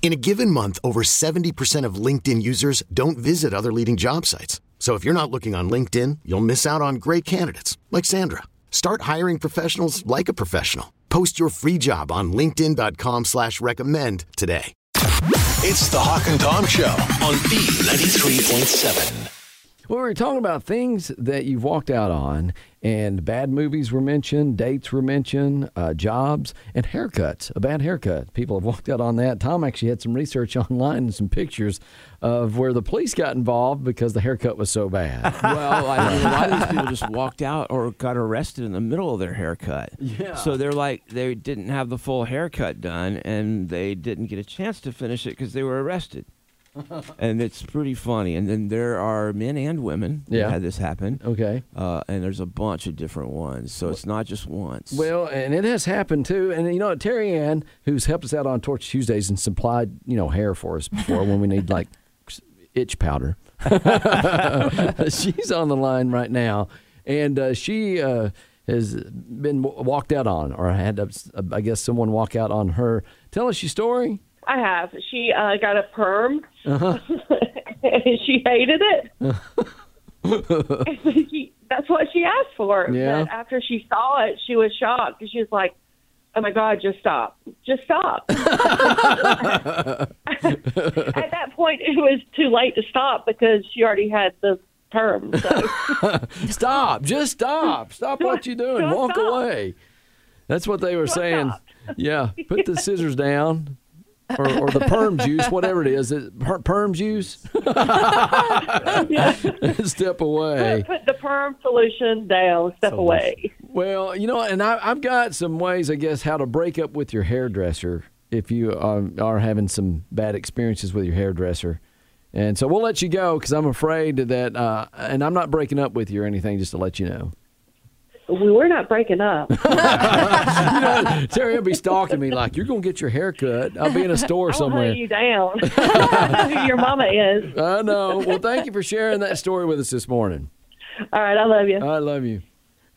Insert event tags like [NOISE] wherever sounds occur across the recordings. In a given month, over 70% of LinkedIn users don't visit other leading job sites. So if you're not looking on LinkedIn, you'll miss out on great candidates like Sandra. Start hiring professionals like a professional. Post your free job on LinkedIn.com slash recommend today. It's the Hawk and Tom Show on B93.7. Well, we were talking about things that you've walked out on, and bad movies were mentioned, dates were mentioned, uh, jobs, and haircuts. A bad haircut. People have walked out on that. Tom actually had some research [LAUGHS] online and some pictures of where the police got involved because the haircut was so bad. Well, I mean, a lot [LAUGHS] of these people just walked out or got arrested in the middle of their haircut. Yeah. So they're like, they didn't have the full haircut done and they didn't get a chance to finish it because they [LAUGHS] were arrested. and it's pretty funny. And then there are men and women Yeah. that had this happen. Okay. Uh, and there's a bunch of different ones. So it's not just once. Well, and it has happened too. And you know, Terry Ann, who's helped us out on Torch Tuesdays and supplied you know hair for us before when we need like itch powder. [LAUGHS] She's on the line right now, and uh, she uh, has been w- walked out on, or had, uh, I guess, someone walk out on her. Tell us your story. I have. She uh, got a perm. Uh-huh. [LAUGHS] and she hated it. [LAUGHS] [LAUGHS] And she, that's what she asked for. Yeah. But after she saw it, she was shocked. She was like, oh my God, just stop. Just stop. [LAUGHS] At that point, it was too late to stop because she already had the perm. So. Stop! Just stop! Stop what you're doing! Don't Walk stop. away. That's what they were saying. Yeah, put the scissors down, or, or the perm juice, whatever it is. Is it per- perm juice. [LAUGHS] Step away. Put the perm solution down, step away. Well, you know, and I, I've got some ways, I guess, how to break up with your hairdresser if you are, are having some bad experiences with your hairdresser. And so we'll let you go because I'm afraid that, uh, and I'm not breaking up with you or anything, just to let you know. We were not breaking [LAUGHS] up. Terry will be stalking me like, you're going to get your hair cut. I'll [LAUGHS] be in a store I'll somewhere. hunt [LAUGHS] you down. [LAUGHS] I know who your mama is. I know. Well, thank you for sharing that story with us this morning. All right, I love you. I love you.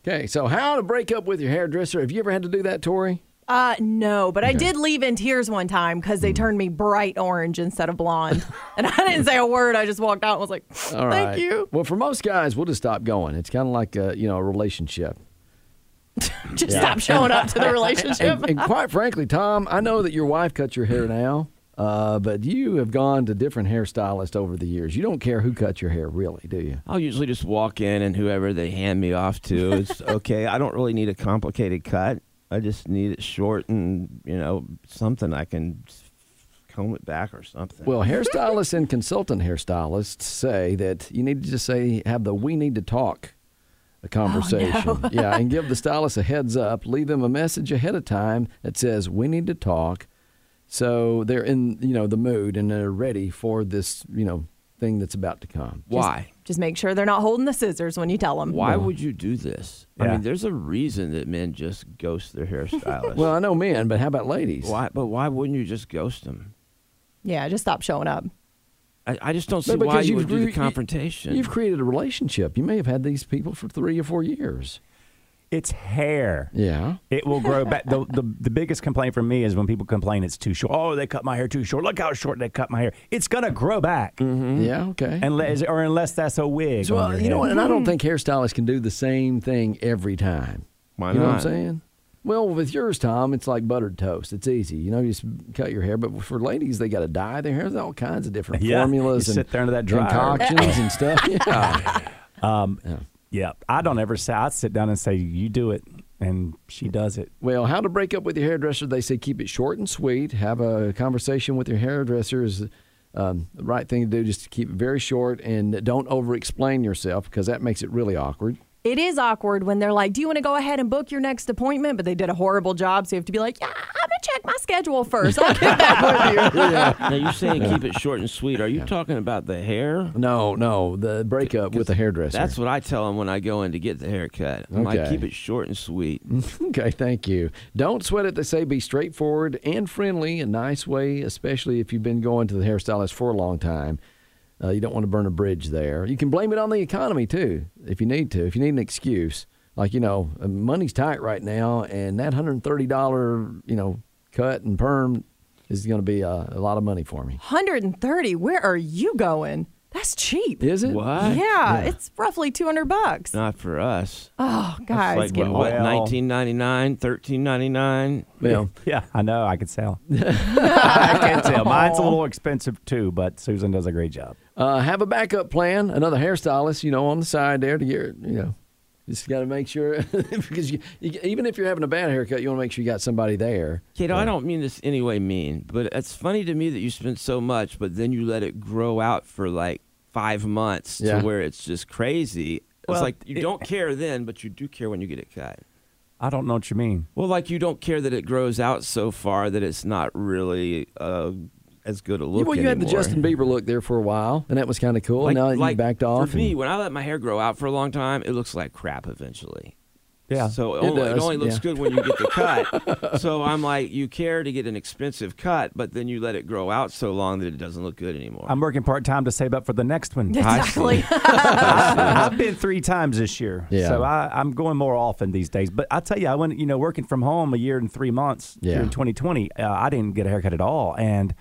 Okay, so how to break up with your hairdresser. Have you ever had to do that, Tori? Uh, no, but I did leave in tears one time because Mm. they turned me bright orange instead of blonde, [LAUGHS] and I didn't say a word. I just walked out and was like, All right. "Thank you." Well, for most guys, we'll just stop going. It's kind of like a, you know a relationship. Just stop showing up [LAUGHS] to the relationship. And, and quite frankly, Tom, I know that your wife cuts your hair now, uh, but you have gone to different hairstylists over the years. You don't care who cuts your hair, really, do you? I'll usually just walk in and whoever they hand me off [LAUGHS] to is okay. I don't really need a complicated cut. I just need it short and, you know, something I can comb it back or something. Well, hairstylists and consultant hairstylists say that you need to just say have the "we need to talk" a conversation. yeah, and give the stylist a heads up. Leave them a message ahead of time that says "we need to talk," so they're in you know the mood and they're ready for this you know thing that's about to come. why? just make sure they're not holding the scissors when you tell them. Why would you do this? I Yeah. mean, there's a reason that men just ghost their hairstylist. Well, I know men, but how about ladies? [LAUGHS] why? But why wouldn't you just ghost them? Yeah, just stop showing up. I, I just don't see No, why because you would do cre- the you- confrontation. You've created a relationship. You may have had these people for three or four years. It's hair. Yeah. It will grow back. The, the, the biggest complaint from me is when people complain it's too short. Oh, they cut my hair too short. Look how short they cut my hair. It's going to grow back. Mm-hmm. Yeah. Okay. Unless, or unless that's a wig. on Well, Mm-hmm. your uh, you know, head. Hmm. what, and I don't think hairstylists can do the same thing every time. Why you know what I'm not? [LAUGHS] saying? Well, with yours, Tom, it's like buttered toast. It's easy. You know, you just cut your hair. But for ladies, they got to dye their hair. There's all kinds of different Yeah, formulas you and sit there under that dryer. concoctions [LAUGHS] and stuff. Yeah. Yeah. I don't ever say, I sit down and say, you do it. and she does [LAUGHS] it. Well, how to break up with your hairdresser? They say keep it short and sweet. Have a conversation with your hairdresser is um, the right thing to do. Just to keep it very short and don't over-explain yourself because that makes it really awkward. It is awkward when they're like, Do you want to go ahead and book your next appointment? But they did a horrible job. So you have to be like, Yeah, I'm going to check my schedule first. I'll [LAUGHS] get back with you. Now you're saying keep it short and sweet. Are you talking about the hair? No, no, the breakup with the hairdresser. That's what I tell them when I go in to get the haircut. I'm like, Okay. keep it short and sweet. Okay, thank you. Don't sweat it. They say be straightforward and friendly, a nice way, especially if you've been going to the hairstylist for a long time. Uh, you don't want to burn a bridge there. You can blame it on the economy too, if you need to. If you need an excuse, like you know, uh, money's tight right now, and that hundred and thirty dollar you know cut and perm is going to be uh, a lot of money for me. 130 where are you going that's cheap Is it? What? yeah, it's roughly 200 bucks Not for us. oh It's guys like get what, well- 1999, 1399. [LAUGHS] Well, Yeah, I know. I [LAUGHS] could sell. I can sell. Mine's a little expensive too, but Susan does a great job. Uh, have a backup plan, another hairstylist, you know, on the side there to get, you know, just got to make sure [LAUGHS] because you, you, even if you're having a bad haircut, you want to make sure you got somebody there. Kato, I don't mean this any way mean, but it's funny to me that you spend so much, but then you let it grow out for like five months Yeah. to where it's just crazy. Well, it's like you it- don't care then, but you do care when you get it cut. I don't know what you mean. Well, like you don't care that it grows out so far that it's not really uh, as good a look. well, you had the anymore. Justin Bieber look there for a while, and that was kind of cool. Like, and now you like, backed off. For me, when I let my hair grow out for a long time, it looks like crap eventually. Yeah. So it, It only, it does, only looks yeah. good when you get the [LAUGHS] cut. so I'm like, you care to get an expensive cut, but then you let it grow out so long that it doesn't look good anymore. I'm working part time to save up for the next one. exactly I, I've been three times this year, Yeah. so I, I'm going more often these days. But I tell you, I went, you know, working from home a year and three months Yeah. during 2020. Uh, I didn't get a haircut at all, and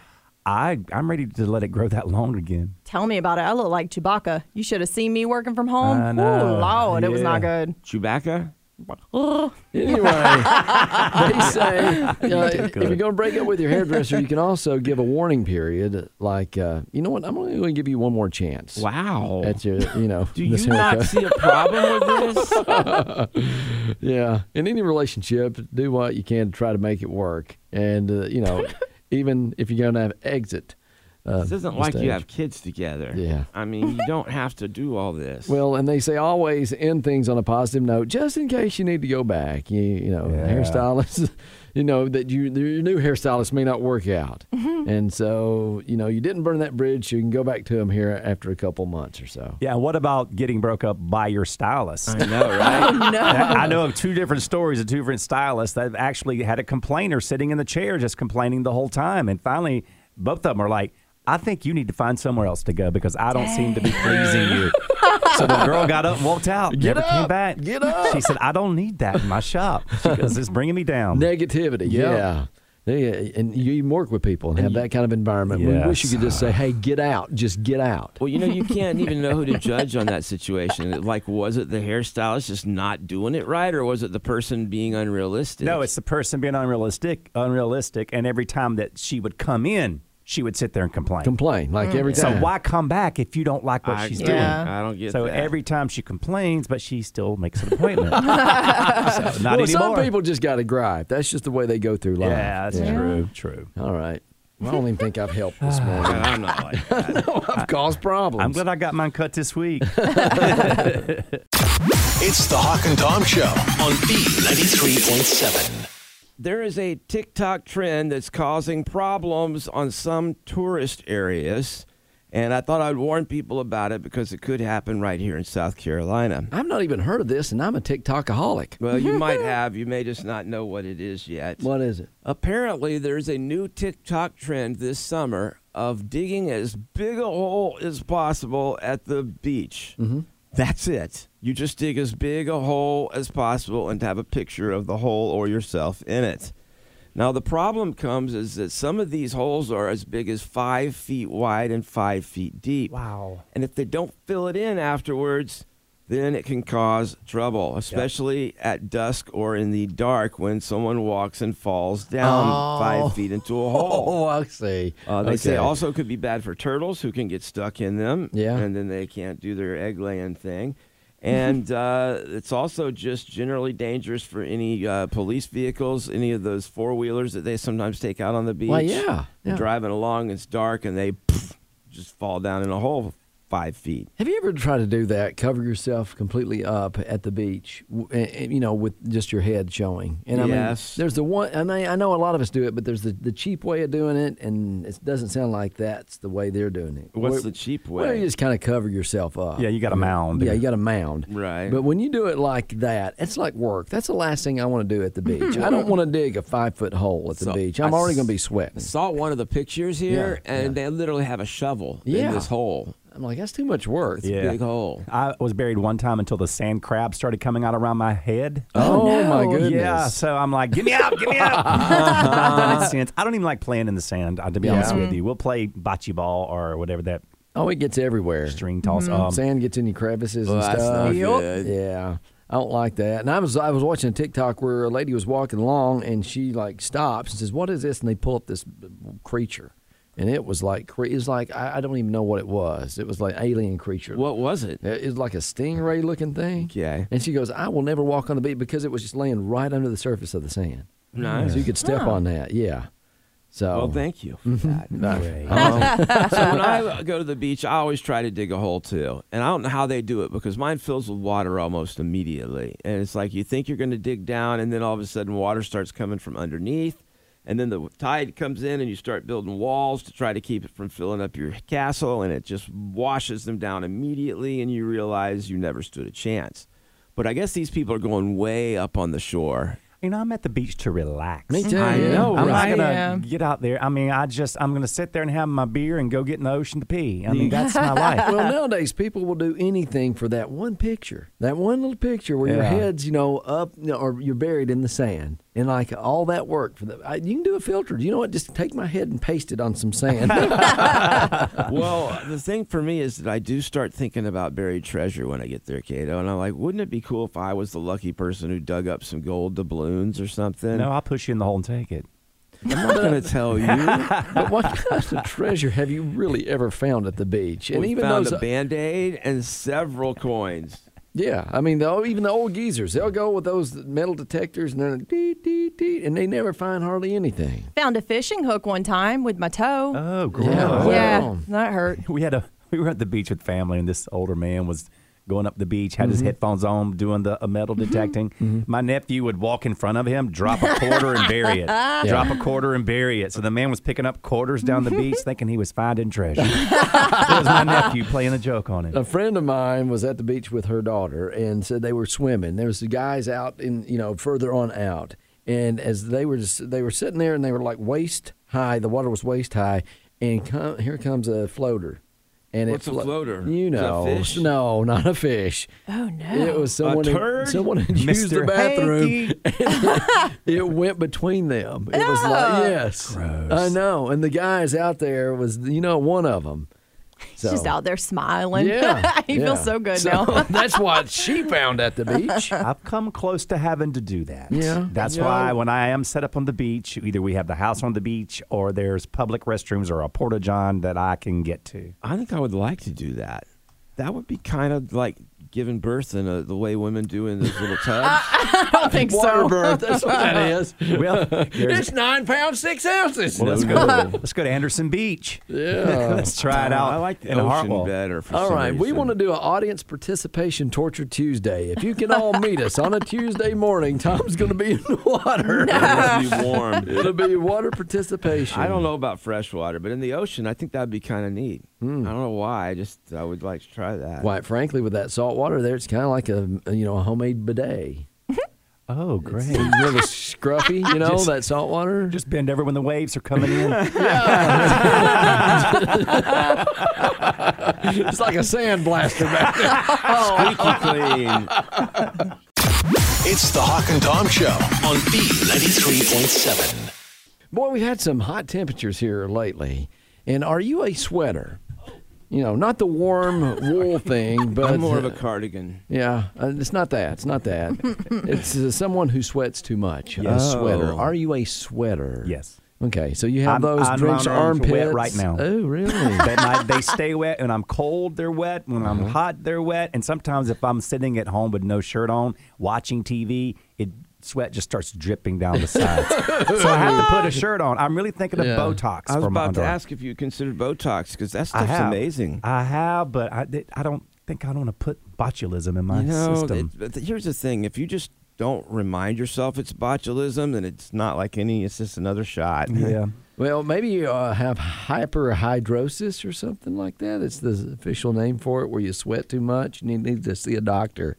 I I'm ready to let it grow that [LAUGHS] long again. tell me about it i look like chewbacca you should have seen me working from home I oh know. lord it was Yeah. not good Chewbacca? [LAUGHS] Anyway, they say uh, if good. you're going to break up with your hairdresser, you can also give a warning period. Like, uh, you know what? I'm only going to give you one more chance. Wow. At your, you know, Do this you not haircut. Uh, see [LAUGHS] a problem with this? Yeah, in any relationship, do what you can to try to make it work, and uh, you [LAUGHS] know, even if you're going to have exit. Uh, This isn't the like stage. you have kids together. Yeah. I mean, you don't have to do all this. Well, and they say always end things on a positive note, just in case you need to go back. You, you know, Yeah. hairstylists, [LAUGHS] you know that you your new hairstylist may not work out, Mm-hmm. and so you know you didn't burn that bridge. You can go back to him here after a couple months or so. Yeah. What about getting broke up by your stylist? I [LAUGHS] know, right? I know of two different stories of two different stylists that have actually had a complainer sitting in the chair just complaining the whole time. And finally, both of them are like, I think you need to find somewhere else to go because I don't seem to be pleasing you. So the girl got up and walked out. Get never came up, back. get up. She said, I don't need that in my shop. She goes, it's bringing [LAUGHS] me down. Negativity, yeah. Yeah, and you even work with people and have that kind of environment. We wish you Yes. could just say, "Hey, get out! Just get out." Well, you know, you can't even know who to judge on that situation. Like, was it the hairstylist just not doing it right, or was it the person being unrealistic? No, it's the person being unrealistic, unrealistic. And every time that she would come in, she would sit there and complain. complain like every So time. why come back if you don't like what I, she's yeah, doing? I don't get So that. every time she complains, but she still makes [LAUGHS] an appointment. So, not well, anymore. some people just got to gripe. That's just the way they go through life. yeah, that's true. True. All right. Well, I don't even think I've helped this morning. [LAUGHS] I'm not like that. [LAUGHS] I've caused problems. I'm glad I got mine cut this [LAUGHS] week. It's the Hawk and Tom Show on B93.7. There is a TikTok trend that's causing problems on some tourist areas, and I thought I'd warn people about it because it could happen right here in South Carolina. I've not even heard of this, and I'm a TikTokaholic. Well, you might have. You may just not know what it is yet. What is it? Apparently, there's a new TikTok trend this summer of digging as big a hole as possible at the beach. That's it. You just dig as big a hole as possible and have a picture of the hole or yourself in it. Now, the problem comes is that some of these holes are as big as five feet wide and five feet deep. Wow. And if they don't fill it in afterwards, then it can cause trouble, especially at dusk or in the dark when someone walks and falls down five feet into a hole. [LAUGHS] Oh, I see. Uh, they say Okay. also could be bad for turtles who can get stuck in them, Yeah. and then they can't do their egg laying thing. [LAUGHS] And uh, it's also just generally dangerous for any uh, police vehicles, any of those four wheelers that they sometimes take out on the beach. Well, yeah, You're yeah. Driving along, it's dark, and they just fall down in a hole five feet. Have you ever tried to do that? Cover yourself completely up at the beach, w- and- and, you know, with just your head showing. And I Yes. mean, there's the one. I mean, I know a lot of us do it, but there's the, the cheap way of doing it, and it doesn't sound like that's the way they're doing it. What's Where- the cheap Well, you way? just kind of cover yourself up. Yeah, you got a mound. Yeah, you got a mound. Right. But when you do it like that, it's like work. That's the last thing I want to do at the beach. I don't want to dig a five foot hole at the So, beach. I'm I already s- going to be sweating. saw one of the pictures here, Yeah, and they literally have a shovel Yeah. in this hole. I'm like, that's too much work. Yeah. Big hole. I was buried one time until the sand crab started coming out around my head. Oh, my goodness. Yeah, so I'm like, get me out, get [LAUGHS] me out. I've done it since. I don't even like playing in the sand, uh, to be honest with you. We'll play bocce ball or whatever that Oh, it gets everywhere. string toss. Mm-hmm. Um, Sand gets in your crevices Well, and that's stuff. not Yep. good. Yeah. I don't like that. And I was I was watching a TikTok where a lady was walking along and she like stops and says, "What is this?" And they pull up this creature, and it was like cre- it was like I, I don't even know what it was. It was like alien creature. What was it? It was like a stingray looking thing. Okay. And she goes, "I will never walk on the beach because it was just laying right under the surface of the sand. Nice. So you could step on that. Yeah. So Well, thank you. For that. [LAUGHS] so when I go to the beach, I always try to dig a hole too, and I don't know how they do it because mine fills with water almost immediately, and it's like you think you're going to dig down, and then all of a sudden water starts coming from underneath, and then the tide comes in, and you start building walls to try to keep it from filling up your castle, and it just washes them down immediately, and you realize you never stood a chance. But I guess these people are going way up on the shore. you know, I'm at the beach to relax. Me too. I yeah. know, Right. I'm not right? gonna Yeah. get out there. I mean, I just I'm gonna sit there and have my beer and go get in the ocean to pee. I mean, that's my life. well, nowadays people will do anything for that one picture, that one little picture where your Yeah. head's, you know, up you know, or you're buried in the sand, and like all that work for the. I, you can do a filter. You know what? Just take my head and paste it on some sand. [LAUGHS] well, the thing for me is that I do start thinking about buried treasure when I get there, Cato. And I'm like, wouldn't it be cool if I was the lucky person who dug up some gold doubloons or something? no, I'll push you in the hole and take it. I'm not going to [LAUGHS] tell you. but what kind of treasure have you really ever found at the beach? And we even found those, uh, a band aid and several coins. yeah, I mean, the, oh, even the old geezers, they'll go with those metal detectors, and they're like, dee dee dee, and they never find hardly anything. Found a fishing hook one time with my toe. Oh, gross. yeah, well. that hurt. we had a we were at the beach with family and this older man was going up the beach had his headphones on doing the uh, metal detecting my nephew would walk in front of him drop a quarter and bury it drop a quarter and bury it so the man was picking up quarters down the beach thinking he was finding treasure [LAUGHS] it was my nephew playing a joke on him A friend of mine was at the beach with her daughter and said they were swimming. There was the guys out in you know further on out, and as they were just, they were sitting there and they were like waist high. The water was waist high, and come, here comes a floater. And What's it a flo- floater? You Is it a know, fish? no, not a fish. Oh no. It was someone. turd? Who, someone had used the Mr. bathroom. Hanky. [LAUGHS] It went between them. It was like yes, I know. And the guys out there was you know one of them. He's just out there smiling. [LAUGHS] Yeah. he yeah. feels so good So, now. [LAUGHS] [LAUGHS] that's what she found at the beach. [LAUGHS] I've come close to having to do that. Yeah. That's Yeah. why when I am set up on the beach, either we have the house on the beach or there's public restrooms or a porta john that I can get to. I think I would like to do that. That would be kind of like giving birth in a, the way women do in those [LAUGHS] little tubs. I don't [LAUGHS] think Water so. birth. That's what [LAUGHS] that is. [LAUGHS] Well, there's It's nine pounds six ounces. Well, let's go. [LAUGHS] Let's go to Anderson Beach. Yeah. [LAUGHS] Let's try it out. I like the in ocean Hartwell. better. For All some right, we reason. want to do an audience participation torture Tuesday. If you can all meet us on a Tuesday morning, Tom's going to be in the [LAUGHS] water. It [LAUGHS] would be warm. It'll be water participation. I don't know about freshwater, but in the ocean, I think that'd be kind of neat. Hmm. I don't know why. I just I would like to try that. Quite frankly, with that salt water there, it's kind of like a you know a homemade bidet. [LAUGHS] Oh, great. You know the scruffy, you know Just- that salt water. Just bend over when the waves are coming [LAUGHS] in. it's like a sand [LAUGHS] blaster back there. Oh, Squeaky clean. It's the Hawk and Tom Show on B93.7. Boy, we've had some hot temperatures here lately. And are you a sweater? You know, not the [LAUGHS] warm wool thing, but I'm more of a cardigan. yeah, uh, it's not that. It's not [LAUGHS] that. it's uh, someone who sweats too much. A Yes. Oh. sweater. Are you a sweater? Yes. Okay, so you have I'm- those I'm- drinks my arms are armpits wet right now. Oh, really? [LAUGHS] they, my, they stay wet. When I'm cold, they're wet. When Uh-huh. I'm hot, they're wet. And sometimes if I'm sitting at home with no shirt on, watching TV, it sweat just starts dripping down the [LAUGHS] sides. so I have to put a shirt on. I'm really thinking of Yeah. Botox. I was for my about to underarm. ask if you considered Botox because that I stuff's have. amazing. I have, but I, th- I don't think I want to put botulism in my you know, system. it- [LAUGHS] but th- here's the thing: if you just don't remind yourself it's botulism, then it's not like any. It's just another shot. yeah. Well, maybe you uh, have hyperhidrosis or something like that. It's the official name for it, where you sweat too much and you need to see a doctor.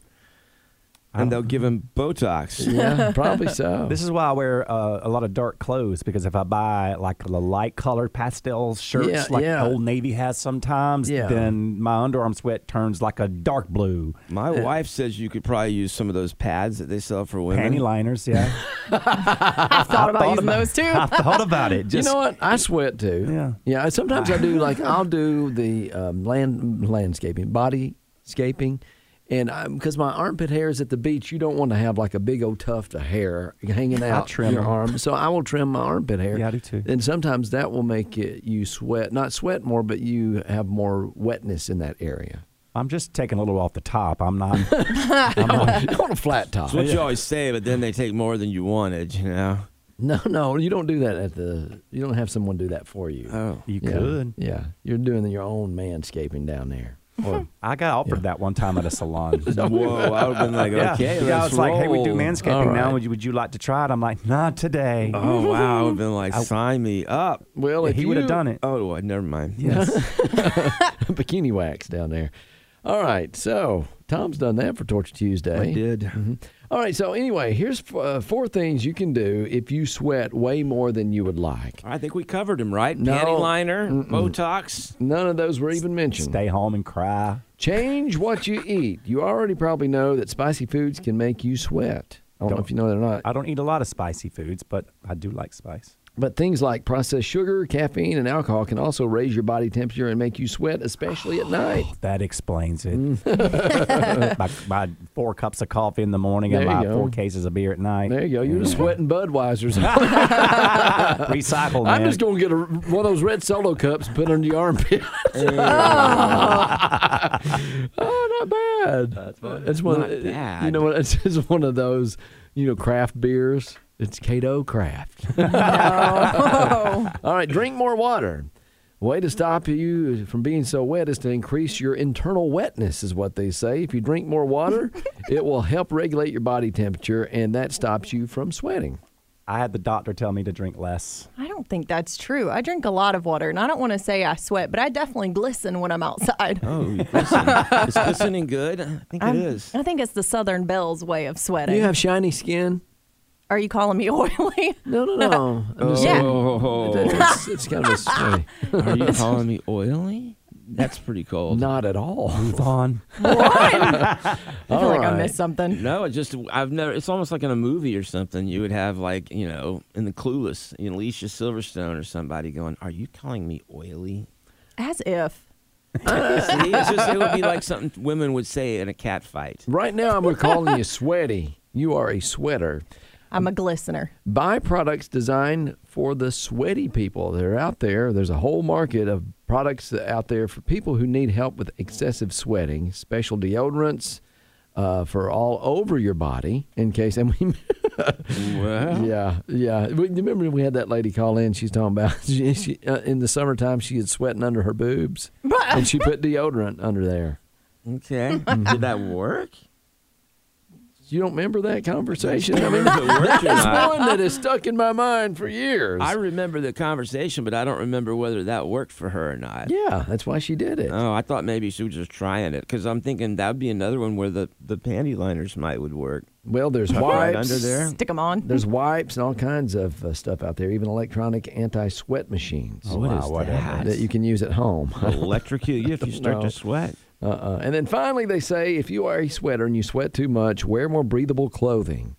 [LAUGHS] and they'll give him Botox. [LAUGHS] Yeah, probably so. This is why I wear uh, a lot of dark clothes because if I buy like the light colored pastel shirts Yeah, like yeah. Old Navy has sometimes, Yeah. then my underarm sweat turns like a dark blue. My wife says you could probably use some of those pads that they sell for women. Panty liners, yeah. [LAUGHS] I've thought about using about- those too. I thought about [LAUGHS] it. you Just know what? I sweat too. Yeah. Yeah. Sometimes I [LAUGHS] do like I'll do the um, land landscaping, bodyscaping, and because my armpit hair is at the beach, you don't want to have like a big old tuft of hair hanging out trim your them. arm. So I will trim my armpit hair. Yeah, I do too. And sometimes that will make it, you sweat, not sweat more, but you have more wetness in that [LAUGHS] area. I'm just taking a little off the top. I'm not. [LAUGHS] on a flat top. That's what you always say, but then they take more than you wanted. You know. No, no, you don't do that at the. You don't have someone do that for you. Oh. You yeah. could. Yeah, you're doing your own manscaping down there. Or I got offered that one time at a salon. [LAUGHS] Whoa! I would have been like, yeah, okay, the guy let's was like, "Hey, we do roll." manscaping All now. right. Would you, would you like to try it?" I'm like, "Not today." Oh wow! I would have [LAUGHS] been like, sign me up. Well, if he would have done it. Oh, well, never [LAUGHS] mind. bikini wax down there. All right, so Tom's done that for Torture Tuesday. I did. Mm-hmm. All right, so anyway, here's f- uh, four things you can do if you sweat way more than you would like. I think we covered him, right? No. Panty liner, Botox. None of those were even mentioned. Stay home and cry. Change what you eat. You already probably know that spicy foods can make you sweat. I don't, know if you know that or not. I don't eat a lot of spicy foods, but I do like spice. But things like processed sugar, caffeine, and alcohol can also raise your body temperature and make you sweat, especially at [GASPS] night. That explains it. [LAUGHS] [LAUGHS] my, my four cups of coffee in the morning and Mm. There you my go. four cases of beer at night. There you go. You're just sweating [LAUGHS] Budweiser's. [LAUGHS] Oh, Recycle, man. I'm just going to get a, one of those red solo cups and put it under your armpit. [LAUGHS] oh, not bad. That's it's one, Not bad. You know what? It's just one of those, you know, craft beers. It's Cato Craft. [LAUGHS] No. All right, drink more water. Way to stop you from being so wet is to increase your internal wetness, is what they say. If you drink more [LAUGHS] water, it will help regulate your body temperature, and that stops you from sweating. I had the doctor tell me to drink less. I don't think that's true. I drink a lot of water, and I don't want to say I sweat, but I definitely glisten when I'm outside. [LAUGHS] Oh, listen. is listening good? I think I'm- it is. I think it's the Southern Belle's way of sweating. You have shiny skin? Are you calling me [LAUGHS] oily? No, no, [LAUGHS] no. I'm just saying- Oh, It's, it's kind of [LAUGHS] a sweaty. are [LAUGHS] you calling me oily? That's pretty cold. Not at all. Move on. I feel like I right. missed something. No, it just I've never. It's almost like in a movie or something. You would have like you know in the Clueless, you know, Alicia Silverstone or somebody going, "Are you calling me oily?" As if. See, it's just, it would be like something women would say in a cat fight. Right now, we're calling you sweaty. You are a sweater. I'm a glistener. Buy products designed for the sweaty people. They're out there. There's a whole market of products that- out there for people who need help with excessive sweating. Special deodorants uh, for all over your body in case. And we, [LAUGHS] [LAUGHS] Well, yeah, yeah. We- you Remember we had that lady call in. She's talking about [LAUGHS] she, she, uh, in the summertime she is sweating under her boobs, and she put deodorant under there. okay. Did that work? You don't remember that conversation? I I mean, remember [LAUGHS] if it worked or that's not. one that is stuck in my mind for years. I remember the conversation, but I don't remember whether that worked for her or not. yeah, that's why she did it. Oh, I thought maybe she was just trying it because I'm thinking that would be another one where the, the panty liners might would work. well, there's Right wipes. under there. Stick them on. There's wipes and all kinds of uh, stuff out there, even electronic anti-sweat machines What is that? Oh, that Oh. you can use at home. Electrocute you if you start [LAUGHS] No. to sweat. [LAUGHS] Uh-uh. And then finally, they say if you are a sweater and you sweat too much, wear more breathable clothing.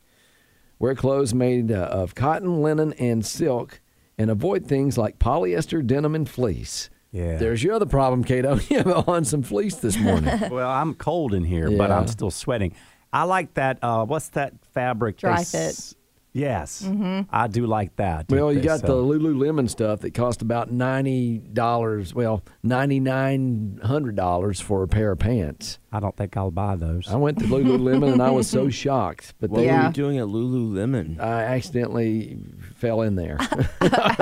Wear clothes made uh, of cotton, linen, and silk, and avoid things like polyester, denim, and fleece. Yeah. There's your other problem, Cato. [LAUGHS] You have on some fleece this morning. [LAUGHS] Well, I'm cold in here, but Yeah. I'm still sweating. I like that. Uh, what's that fabric? they Dry s- Yes, I do like that. Well, you They- got the so- Lululemon stuff that cost about ninety dollars. Well, ninety nine hundred dollars for a pair of pants. I don't think I'll buy those. I went to Lululemon and I was [LAUGHS] so shocked, but What they, were Yeah. you doing at Lululemon? I accidentally fell in there.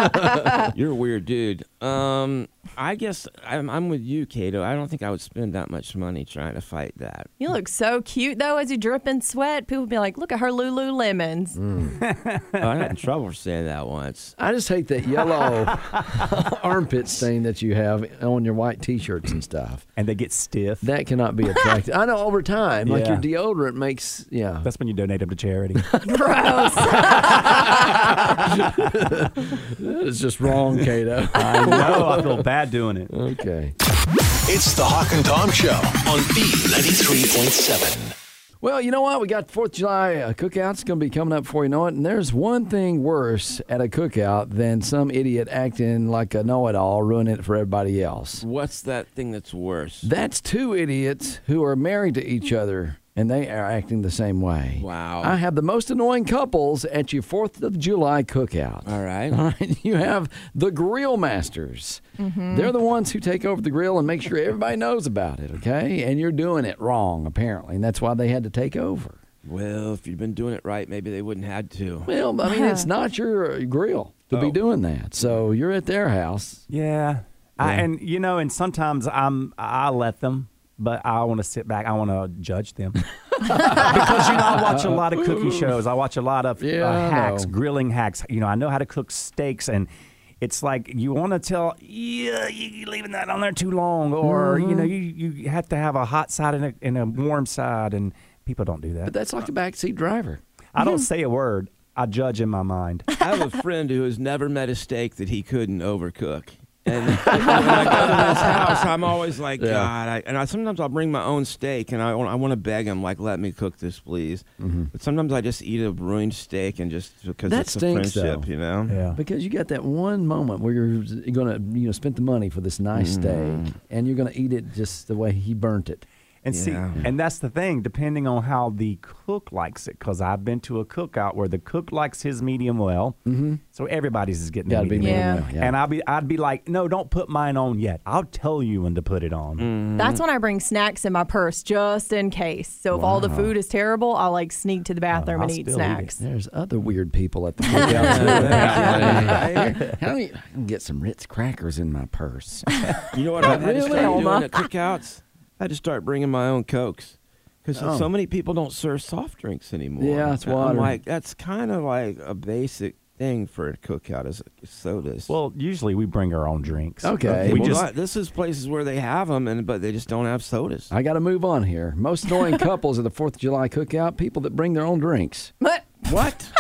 [LAUGHS] You're a weird dude. Um, I guess I'm, I'm with you, Kato. I don't think I would spend that much money trying to fight that. You look so cute though, as you drip in sweat. People be like, "Look at her Lululemons." Mm-hmm. Oh, I got in trouble for saying that once. I just hate that yellow [LAUGHS] armpit stain that you have on your white T-shirts and stuff. and they get stiff. That cannot be attractive. I know over time, like Yeah. your deodorant makes yeah. That's when you donate them [LAUGHS] to charity. Gross. It's just wrong, Kato. [LAUGHS] [LAUGHS] I know. I feel bad doing it. okay. It's the Hawk and Tom Show on B93.7. Well, you know what? We got Fourth of July uh, cookouts going to be coming up before you know it, and there's one thing worse at a cookout than some idiot acting like a know-it-all, ruining it for everybody else. What's that thing that's worse? That's two idiots who are married to each other, and they are acting the same way. Wow. I have the most annoying couples at your Fourth of July cookout. All right. All right, [LAUGHS] you have the grill masters. They're the ones who take over the grill and make sure everybody knows about it, okay? And you're doing it wrong, apparently, and that's why they had to take over. Well, if you'd been doing it right, maybe they wouldn't had to. Well, I mean, it's not your uh, grill to Oh. be doing that. So you're at their house. Yeah. I, and you know, and sometimes I'm I let them, but I want to sit back. I want to [LAUGHS] judge them because you know I watch a lot of cooking shows. I watch a lot of Yeah, I uh, hacks, know. grilling hacks. You know, I know how to cook steaks, and it's like you want to tell yeah, you you leaving that on there too long, or you know, you Mm-hmm. you have to have a hot side and a, and a warm side, and people don't do But that. that's like a backseat driver. I don't say a word. I judge in my mind. I have a friend who has never met a steak that he couldn't overcook. And when I go to his house, I'm always like, God. I, and I, sometimes I'll bring my own steak, and I, want- I want to beg him, like, let me cook this, please. But sometimes I just eat a ruined steak, and just because Mm-hmm. That it's a stinks, though. friendship, you know. Yeah. Because you got that one moment where you're going to, you know, spend the money for this nice Mm. steak and you're going to eat it just the way he burnt it. And see, Yeah. and that's the thing, depending on how the cook likes it, because I've been to a cookout where the cook likes his medium well, mm-hmm. so everybody's is getting Gotta the be medium medium well. well, yeah. And I'd be, I'd be like, no, don't put mine on yet. I'll tell you when to put it on. That's when I bring snacks in my purse just in case. So if all the food is terrible, I'll like sneak to the bathroom I'll and eat still eat it. snacks. There's other weird people [LAUGHS] at the cookout. [LAUGHS] too. Here, How do you I can get some Ritz crackers in my purse? You know what I've had to Really, Oh, start doing Elma? at cookouts? I had to start bringing my own cokes because so many people don't serve soft drinks anymore. Oh. Yeah, it's I'm water. like, that's kind of like a basic thing for a cookout is sodas. Well, usually we bring our own drinks. Okay. We Well, just, not- this is places where they have them, and but they just don't have sodas. I got to move on here. Most annoying couples at the 4th of July cookout, people that bring their own drinks. But What?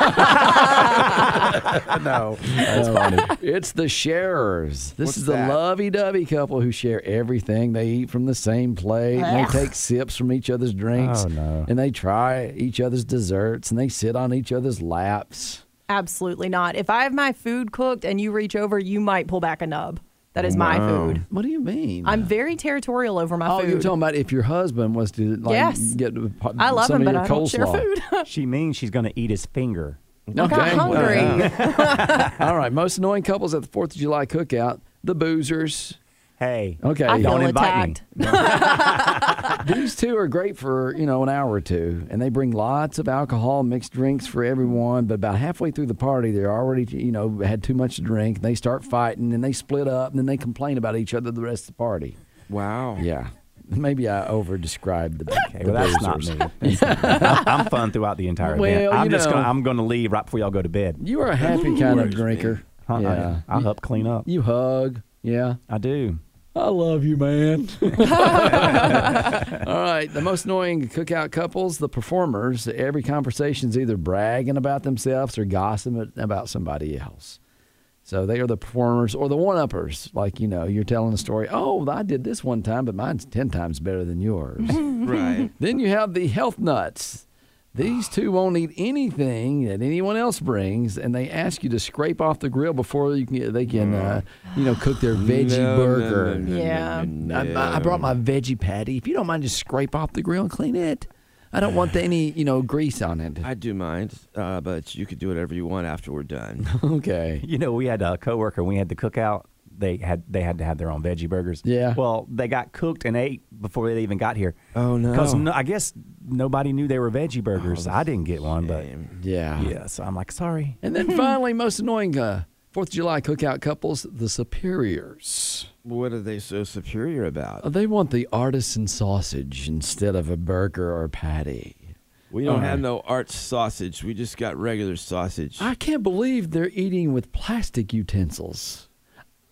no. That's funny. It's the sharers. This What's is the that? lovey dovey couple who share everything. They eat from the same plate. and they take sips from each other's drinks. Oh, no. And they try each other's desserts and they sit on each other's laps. absolutely not. If I have my food cooked and you reach over, you might pull back a nub. That is my food. What do you mean? I'm very territorial over my Oh, food. you're talking about if your husband was to like Yes. get I love some him, of but your I don't coleslaw. share food. [LAUGHS] she means she's going to eat his finger. I got Okay. hungry. [LAUGHS] All right, most annoying couples at the Fourth of July cookout: the boozers. Hey. Okay, I Don't feel invite me. attacked. these two are great for you know an hour or two, and they bring lots of alcohol, mixed drinks for everyone. But about halfway through the party, they're already you know had too much to drink. And they start fighting, and they split up, and then they complain about each other the rest of the party. Wow. Yeah, maybe I over described [LAUGHS] the. Okay, the well, that's not boozers. me. [LAUGHS] That's not me. I'm- I'm fun throughout the entire event. Well, I'm you just know. gonna, I'm going to leave right before y'all go to bed. You are a happy kind of drinker. Uh-uh. Yeah, I help clean up. you hug. Yeah. I do. I love you, man. [LAUGHS] All right. The most annoying cookout couples, the performers, every conversation's either bragging about themselves or gossiping about somebody else. So they are the performers or the one uppers. Like, you know, you're telling a story, oh, I did this one time, but mine's 10 times better than yours. Right. Then you have the health nuts. These two won't eat anything that anyone else brings, and they ask you to scrape off the grill before you can, they can, uh, you know, cook their [LAUGHS] veggie No, no, burger. no, no, no, Yeah. no, I, I no. brought my veggie patty. If you don't mind, just scrape off the grill and clean it. I don't want the, any, you know, grease on it. I do mind, uh, but you could do whatever you want after we're done. [LAUGHS] Okay. You know, we had a coworker. We had the cookout. They had they had to have their own veggie burgers. Yeah. Well, they got cooked and ate before they even got here. Oh, no. Because I guess nobody knew they were Oh, veggie burgers. I didn't get one, but Yeah. yeah. So I'm like, sorry. And [LAUGHS] then finally, most annoying uh, Fourth of July cookout couples, the Superiors. What are they so superior Uh, about? They want the artisan sausage instead of a burger or patty. We don't have no art sausage. We just got regular sausage. I can't believe they're eating with plastic utensils.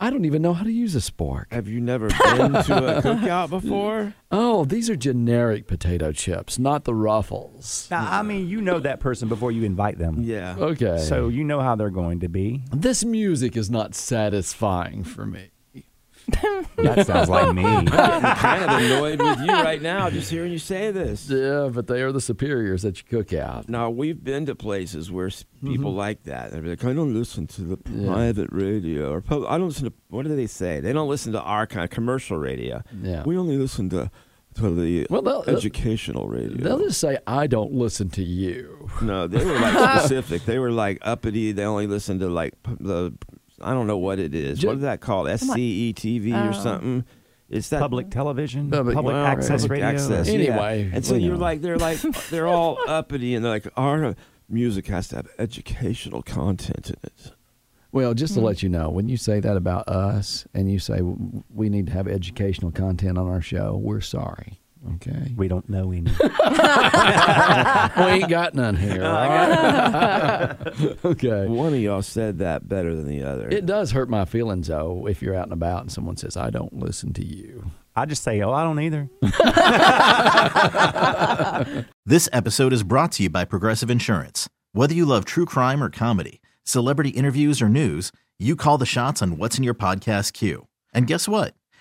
I don't even know how to use a spork. Have you never been [LAUGHS] to a cookout before? Oh, these are generic potato chips, not the ruffles. Now, I mean, you know that person before you invite them. Yeah. Okay. So you know how they're going [LAUGHS] to be. this music is not satisfying for me. That sounds like [LAUGHS] me. I'm kind of annoyed with you right now just hearing you say this. Yeah, but they are the superiors at your cookout. Now, we've been to places where s- Mm-hmm. people like that. They're like, I don't listen to the private radio or pub- I don't listen to, what do they say? They don't listen to our kind of commercial radio. Yeah. We only listen to, to the Well, they'll- they'll- educational radio. They'll just say, I don't listen to you. No, they were [LAUGHS] like specific. They were like uppity. They only listened to like p- the I don't know what it is. What is that called? SCE TV or something. It's that Public television, Oh. Public- public, well, access public radio. access, yeah. Anyway, And so you you're know. like they're like they're [LAUGHS] all uppity and they're like our music has to have educational content in it. Well, just to let you know, when you say that about us and you say w- we need to have educational content on our show, we're sorry. Okay. We don't know [LAUGHS] any. we ain't got none [LAUGHS] here. all right? [LAUGHS] okay. One of y'all said that better than the other. It does hurt my feelings, though, if you're out and about and someone says, I don't listen to you. I just say, oh, I don't either. This episode is brought to you by Progressive Insurance. Whether you love true crime or comedy, celebrity interviews or news, you call the shots on what's in your podcast queue. And guess what?